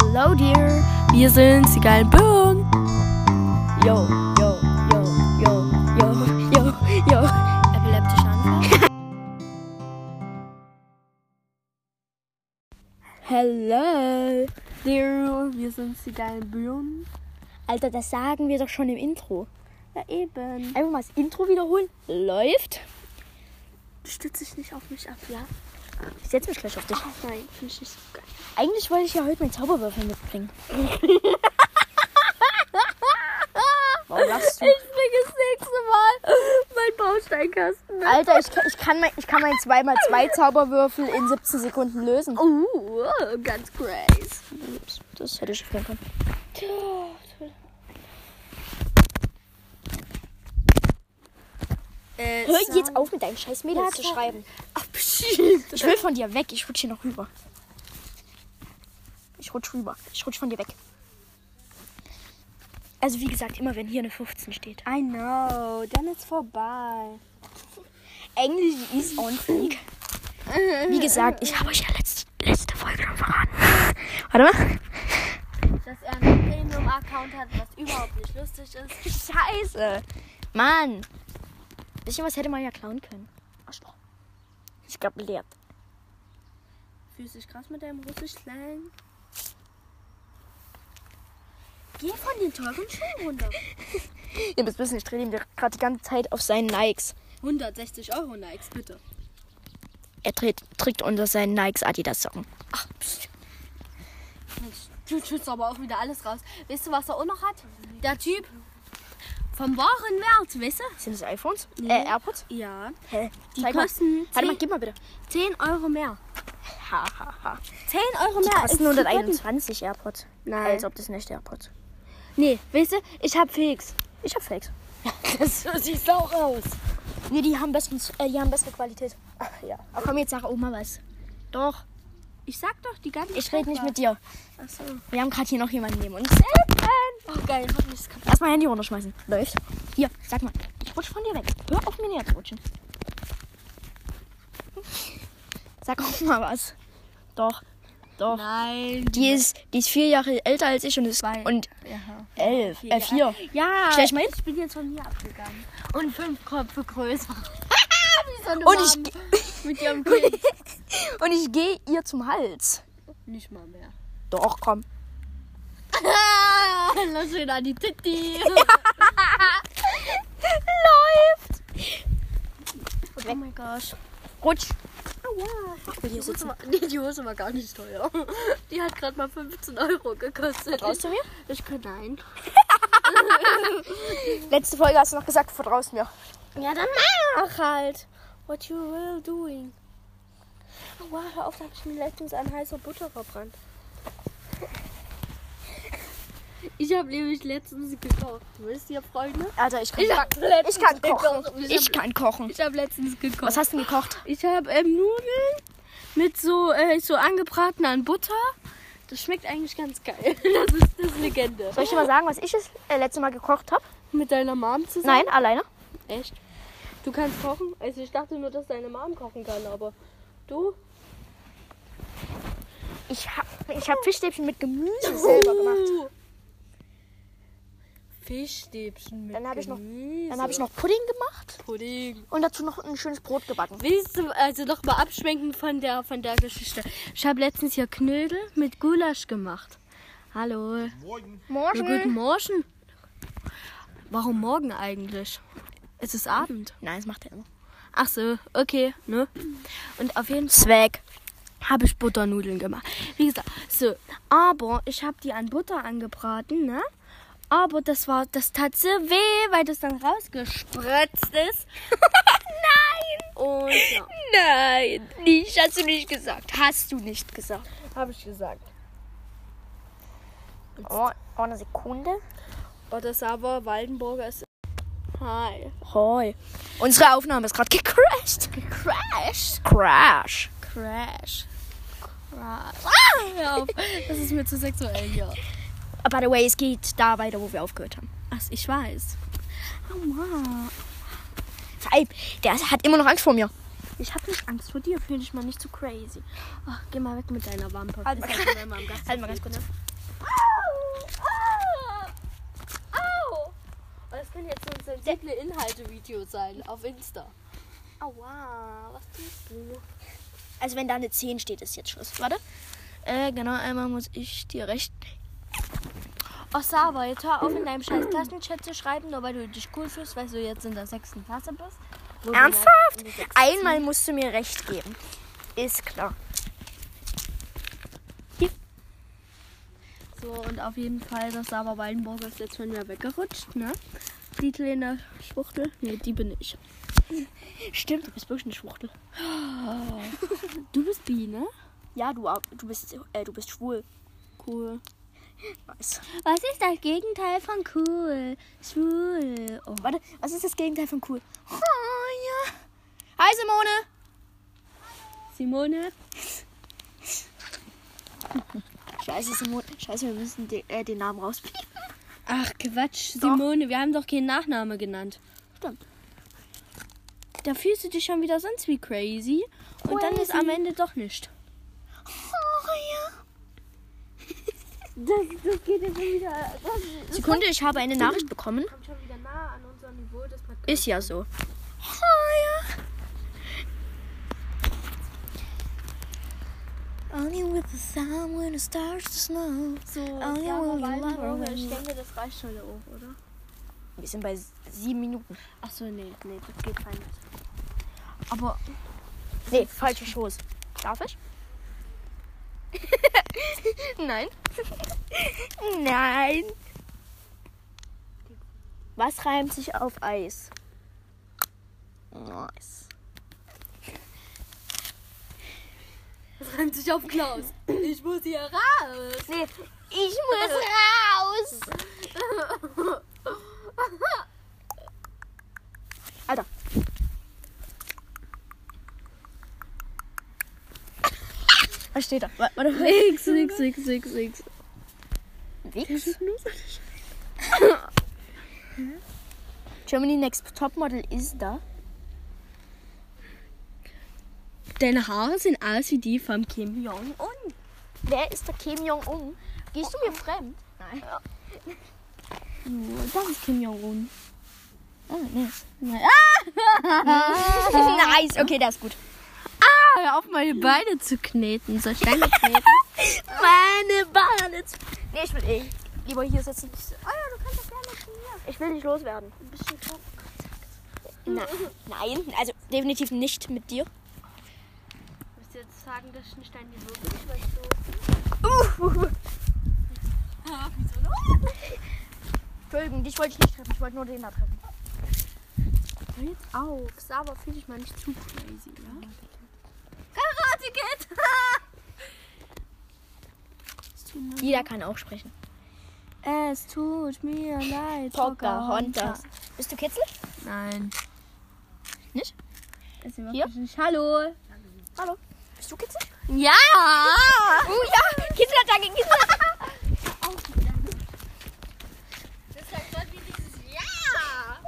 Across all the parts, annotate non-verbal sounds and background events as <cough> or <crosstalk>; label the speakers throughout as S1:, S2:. S1: Hello dear, wir sind die geilen Bögen.
S2: Yo, yo, yo, yo, yo, yo, yo.
S1: Epileptischer Anfall. Hello dear, wir sind die geilen Bögen.
S2: Alter, das sagen wir doch schon im Intro.
S1: Ja eben.
S2: Einfach mal das Intro wiederholen. Läuft.
S1: Stütze dich nicht auf mich ab, ja? Oh
S2: Ich setze mich gleich auf dich.
S1: Nein, finde ich nicht so geil.
S2: Eigentlich wollte ich ja heute meinen Zauberwürfel mitbringen. <laughs> Warum lachst du?
S1: Ich bringe das nächste Mal mein ne? Bausteinkasten mit.
S2: Alter, ich, kann- ich kann mein, ich kann meinen 2x2 Zauberwürfel in 17 Sekunden lösen.
S1: Uh, ganz crazy.
S2: Ups, Oh, das hätte ich erklären können.
S1: Äh,
S2: Hör jetzt auf mit deinen scheiß Mädels zu
S1: Ja, klar.
S2: schreiben.
S1: Ach, pschied.
S2: ähm, Ich will von dir weg. Ich rutsche hier noch rüber. Ich rutsche rüber. Ich rutsche von dir weg. Also wie gesagt, immer wenn hier eine 15 steht.
S1: I know, dann ist vorbei.
S2: Englisch ist on fleek. Wie gesagt, ich habe euch ja letzte, letzte Folge schon verraten. <laughs> Warte mal.
S1: Dass er einen Premium-Account hat, was überhaupt nicht lustig ist.
S2: Scheiße. Mann. Bisschen was hätte man ja klauen können. Arschloch. Ich glaube, leert.
S1: Fühlst dich krass mit deinem russisch Slang? Geh von den teuren Schuhen runter.
S2: Ihr müsst wissen, ich drehe ihm gerade die ganze Zeit auf seinen Nikes.
S1: 160 Euro Nikes, bitte.
S2: Er dreht, trägt unter seinen Nikes Adidas Socken.
S1: Ach, psst. Mensch, du schützt aber auch wieder alles raus. Weißt du, was er auch noch hat? Der Typ vom wahren Wert, weißt du?
S2: Sind das iPhones?
S1: Nee.
S2: Äh, AirPods?
S1: Ja.
S2: Hä?
S1: Die
S2: Zeig
S1: kosten
S2: Mal. Warte mal,
S1: zehn-
S2: gib mal bitte.
S1: 10 Euro mehr.
S2: Ha, ha, ha.
S1: 10 Euro mehr. als
S2: Kosten
S1: die Platten.
S2: 121 AirPods.
S1: Nein.
S2: Als ob das nicht AirPods.
S1: Also, Nee, weißt du, ich hab Fix.
S2: Ich hab Fakes.
S1: <laughs> Das sieht auch aus.
S2: Nee, die haben, besten, äh, die haben bessere Qualität. Ach ja. Aber komm, jetzt sag Oma was. Doch.
S1: Ich sag doch die ganze
S2: Ich rede nicht mit dir.
S1: Achso.
S2: Wir haben gerade hier noch jemanden neben uns.
S1: Oh, geil, mach mich kaputt.
S2: Lass mal Handy runterschmeißen. Läuft. Hier, sag mal. Ich rutsch von dir weg. Hör auf, mir näher zu rutschen. Hm. Sag auch mal was. Doch. Doch.
S1: Nein.
S2: Die ist, die ist vier Jahre älter als ich und ist
S1: Zwei.
S2: und
S1: Ja.
S2: elf. Äh, vier.
S1: Ja.
S2: Stell dich mal hin.
S1: Ich bin jetzt von hier abgegangen. Und fünf Köpfe größer. <laughs> Wie so eine
S2: Und ich-
S1: Mom mit <laughs> ihrem Kind.
S2: Und ich gehe ihr zum Hals.
S1: Nicht mal mehr.
S2: Doch, komm.
S1: <laughs> Lass ihn an die Titti.
S2: Läuft.
S1: Oh mein Gott.
S2: Rutsch.
S1: Aua.
S2: will hier
S1: Die Hose
S2: sitzen.
S1: war- nee, die Hose war gar nicht teuer. Die hat gerade mal 15 Euro gekostet.
S2: Vertraust du mir?
S1: Ich kann nein.
S2: Letzte Folge hast du noch gesagt, vertraust mir. Ah.
S1: Ja, dann mach halt. What you will doing. Aua, hör auf, da hab ich mir letztens an heißer Butter verbrannt. Ich habe nämlich letztens gekocht. Wisst ihr, Freunde?
S2: Alter, ich kann,
S1: Ich hab
S2: ich, kann
S1: letztens
S2: kochen.
S1: gekocht. Ich
S2: Ich kann kochen.
S1: Ich habe letztens gekocht.
S2: Was hast du denn gekocht?
S1: Ich habe ähm, Nudeln mit so, äh, so angebraten an Butter. Das schmeckt eigentlich ganz geil. <laughs> Das ist das ist Legende.
S2: Soll ich dir mal sagen, was ich das äh, letzte Mal gekocht habe?
S1: Mit deiner Mom zusammen?
S2: Nein, alleine.
S1: Echt? Du kannst kochen? Also ich dachte nur, dass deine Mom kochen kann, aber du?
S2: Ich habe ich hab Fischstäbchen mit Gemüse selber gemacht.
S1: Uh. Fischstäbchen mit
S2: Dann hab ich noch-
S1: Gemüse.
S2: Dann habe ich noch Pudding gemacht
S1: Pudding.
S2: und dazu noch ein schönes Brot gebacken.
S1: Willst du also noch mal abschwenken von der, von der Geschichte? Ich habe letztens hier Knödel mit Gulasch gemacht. Hallo.
S2: Morgen.
S1: Ja, guten Morgen. Warum morgen eigentlich? Es ist Abend.
S2: Nein, das macht er immer.
S1: Ach so, okay, ne? Und auf jeden Zweck habe ich Butternudeln gemacht. Wie gesagt, so, aber ich habe die an Butter angebraten, ne? Aber das war, das tat so weh, weil das dann rausgespritzt
S2: <laughs>
S1: ist.
S2: Nein!
S1: Und ja,
S2: Nein! Nicht, hast du nicht gesagt. Hast du nicht gesagt.
S1: habe ich gesagt.
S2: Oh, oh eine Sekunde.
S1: Und das aber Waldenburger ist. Hi.
S2: Hoi. Unsere Aufnahme ist gerade gecrashed. Gecrashed? Crash.
S1: Crash. Crash. hör auf. Das ist mir zu sexuell, ja.
S2: Uh, By the way, es geht da weiter, wo wir aufgehört haben.
S1: Ach, ich weiß. Aua.
S2: Vor allem, der hat immer noch Angst vor mir.
S1: Ich hab nicht Angst vor dir, fühl dich mal nicht zu crazy. Ach, geh mal weg mit deiner Wampe.
S2: Halt mal-
S1: Ist halt schon, wenn man am Gast
S2: Halt mal ganz kurz.
S1: können jetzt so
S3: sensible Inhalte-Video sein auf Insta.
S1: Aua, was tust du?
S2: Also wenn da eine 10 steht, ist jetzt Schluss. Warte.
S1: Äh, genau, einmal muss ich dir recht. Oh, Sava, jetzt hör auf in deinem scheiß Klassenchat zu schreiben, nur weil du dich cool fühlst, weil du jetzt in der sechsten Klasse bist.
S2: Oh,
S1: Wo halt wir
S2: Ernsthaft?
S1: in der sechsten-
S2: Einmal musst du mir recht geben. Ist klar.
S1: So, und auf jeden Fall, das Sava Waldenburger ist jetzt schon wieder weggerutscht, ne? Die kleine Schwuchtel. Ne, die bin ich.
S2: Stimmt, du bist wirklich eine Schwuchtel.
S1: Du bist ne? Biene?
S2: Ja, du, ab- du, bist, äh, du bist schwul.
S1: Cool.
S2: Nice.
S1: Was ist das Gegenteil von cool? Schwul. Oh.
S2: Warte, was ist das Gegenteil von cool? Oh, ja. Hi Simone.
S1: Simone?
S2: Scheiße, Simone. Scheiße, wir müssen den, äh, den Namen rauspiepen.
S1: Ach Quatsch, Simone, wir haben doch keinen Nachname genannt.
S2: Stimmt.
S1: Da fühlst du dich schon wieder sonst wie crazy. Und dann ist am Ende doch nicht.
S3: Das, das geht jetzt schon wieder.
S2: Sekunde, ich habe eine Nachricht bekommen.
S3: kommt schon wieder nah an unser Niveau. Das man
S2: Ist ja so. Only with the sun when the stars to snow.
S1: So,
S2: ja,
S1: Oh, ja,
S2: aber
S1: aber
S2: Waldenburger,
S1: Waldenburger,
S2: ich
S1: ich denke, das reicht schon auch, oder?
S2: Wir sind bei sieben Minuten.
S1: Achso, nee, nee, das
S2: Geht rein.
S1: Aber
S2: Nee, falsche Schoß. Darf ich? <laughs> Nein. <laughs> Nein. Was reimt sich auf Eis? Nice.
S3: rennt sich auf Klaus. Ich muss hier raus.
S2: Nee, ich muss raus. Alter. Was steht da? Wa- Warte,
S1: <laughs> nix, nix, nix, nix, nix.
S2: Wix? Germany Next Topmodel ist da.
S1: Deine Haare sehen aus wie die vom Kim Jong.
S2: Und? Wer ist der Kim Jong-un? Gehst du mir fremd? Nein.
S1: Oh, Das ist Kim Jong-un.
S2: Ah, nice. <laughs> nice, okay, das ist gut.
S1: Ah, hör auf, meine Beine zu kneten. Soll ich <laughs> deine kneten?
S2: Meine Bahn ist. Nee, ich will eh lieber hier sitzen. Oh ja, du kannst das gerne hier. Ich will nicht loswerden. Ein bisschen drauf. Na, nein, also definitiv nicht mit dir.
S3: Willst du jetzt sagen, dass ich nicht dein Niveau bin? Ich weiß so.
S2: Uh,
S3: Ah, wieso noch?
S2: Entschuldigung, dich wollte ich nicht treffen. Ich wollte nur den da treffen.
S1: Hör jetzt auf. Saba, fühl dich mal nicht zu crazy, ja?
S2: Karate Kid!
S1: Es tut mir,
S2: Jeder kann auch sprechen.
S1: es tut mir leid.
S2: Pocahontas. Bist du kitzelig?
S1: Nein.
S2: Nicht?
S1: Ist
S2: Hier?
S1: überhaupt nicht. Hallo.
S2: Hallo. Bist du kitzelig?
S1: Ja.
S2: Oh ja, Kitzelattacke, Kitzelattacke.
S3: Das ist ja gerade wie dieses Ja!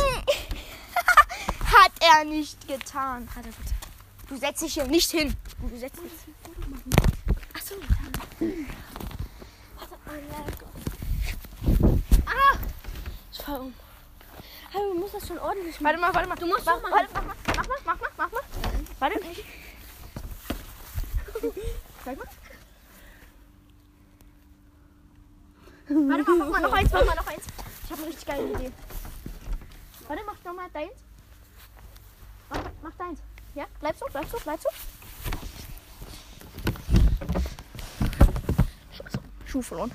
S2: Ja! Hat er nicht getan. Hat er getan. Du setzt dich hier nicht hin. Du setzt dich.
S1: Ich fahr um. Hallo, du musst das schon ordentlich
S2: Warte
S1: machen.
S2: mal, warte mal. Du musst mach,
S1: doch
S2: Warte, mach mal, mach mal, mach mal, mach mal. Warte. Zeig mal. Warte mal, mach mal noch eins, mach mal noch eins. Ich habe eine richtig geile Idee. Warte, mach noch mal deins. Mach, mach deins. Ja, bleib so, bleib so, bleib so. Scheiße, Schuh verloren.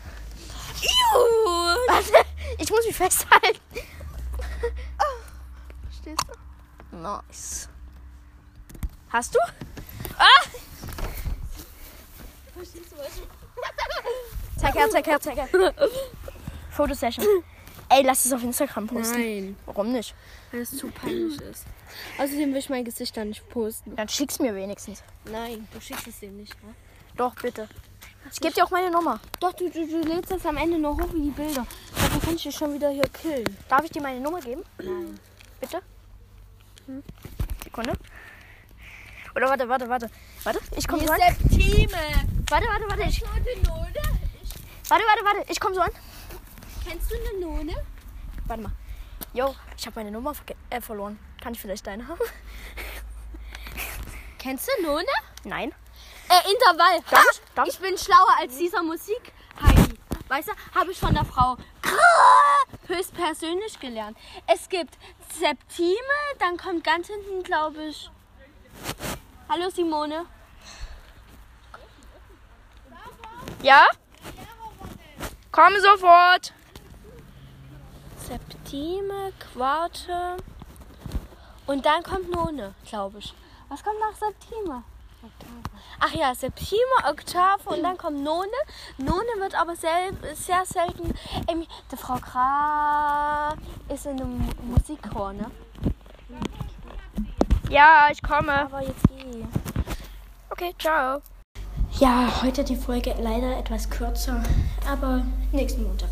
S2: Warte, ich muss mich festhalten. Verstehst du? Nice. Hast du? Ah!
S3: Verstehst du, was ich
S2: Zeig her, zeig her, zeig her. Fotosession. Ey, lass es auf Instagram posten.
S1: Nein,
S2: Warum nicht?
S1: weil es zu peinlich ist. Außerdem will ich mein Gesicht da nicht posten.
S2: Dann schick's mir wenigstens.
S1: Nein, du schickst es dem nicht, ne?
S2: Doch, bitte. Ich gebe dir auch meine Nummer.
S1: Doch, du, du, du lädst das am Ende noch hoch wie die Bilder. Dafür kann ich dich schon wieder hier killen.
S2: Darf ich dir meine Nummer geben? Nein. Bitte?
S1: Hm?
S2: Sekunde. Oder warte, warte, warte. Warte, ich komme
S3: Hier
S2: dran.
S1: äh,
S3: ist der Team.
S2: Warte, warte, warte. Ich,
S3: Leute, Leute. Ich
S2: Warte, warte, warte. Ich komme so an.
S1: Kennst du eine None?
S2: Warte mal. Yo, ich habe meine Nummer verge- äh, verloren. Kann ich vielleicht deine haben? <laughs>
S1: Kennst du None?
S2: Nein.
S1: Äh, Intervall.
S2: Darf ich? Darf ich?
S1: Ich bin schlauer als dieser Musik. Heidi. Weißt du, habe ich von der Frau Krrr höchstpersönlich gelernt. Es gibt Septime, dann kommt ganz hinten, glaube ich. Hallo Simone.
S2: Ja? Komm sofort.
S1: Septime, Quarte. Und dann kommt None, glaube ich. Was kommt nach Septime? Ach ja, Septime, Oktave und dann kommt None. None wird aber sel sehr selten. Ähm, die Frau Gra ist in einem Mu- Musikchor, ne?
S2: Ja, ich komme.
S1: Aber jetzt geh.
S2: Okay, ciao.
S4: Ja, heute die Folge leider etwas kürzer, aber nächsten Montag.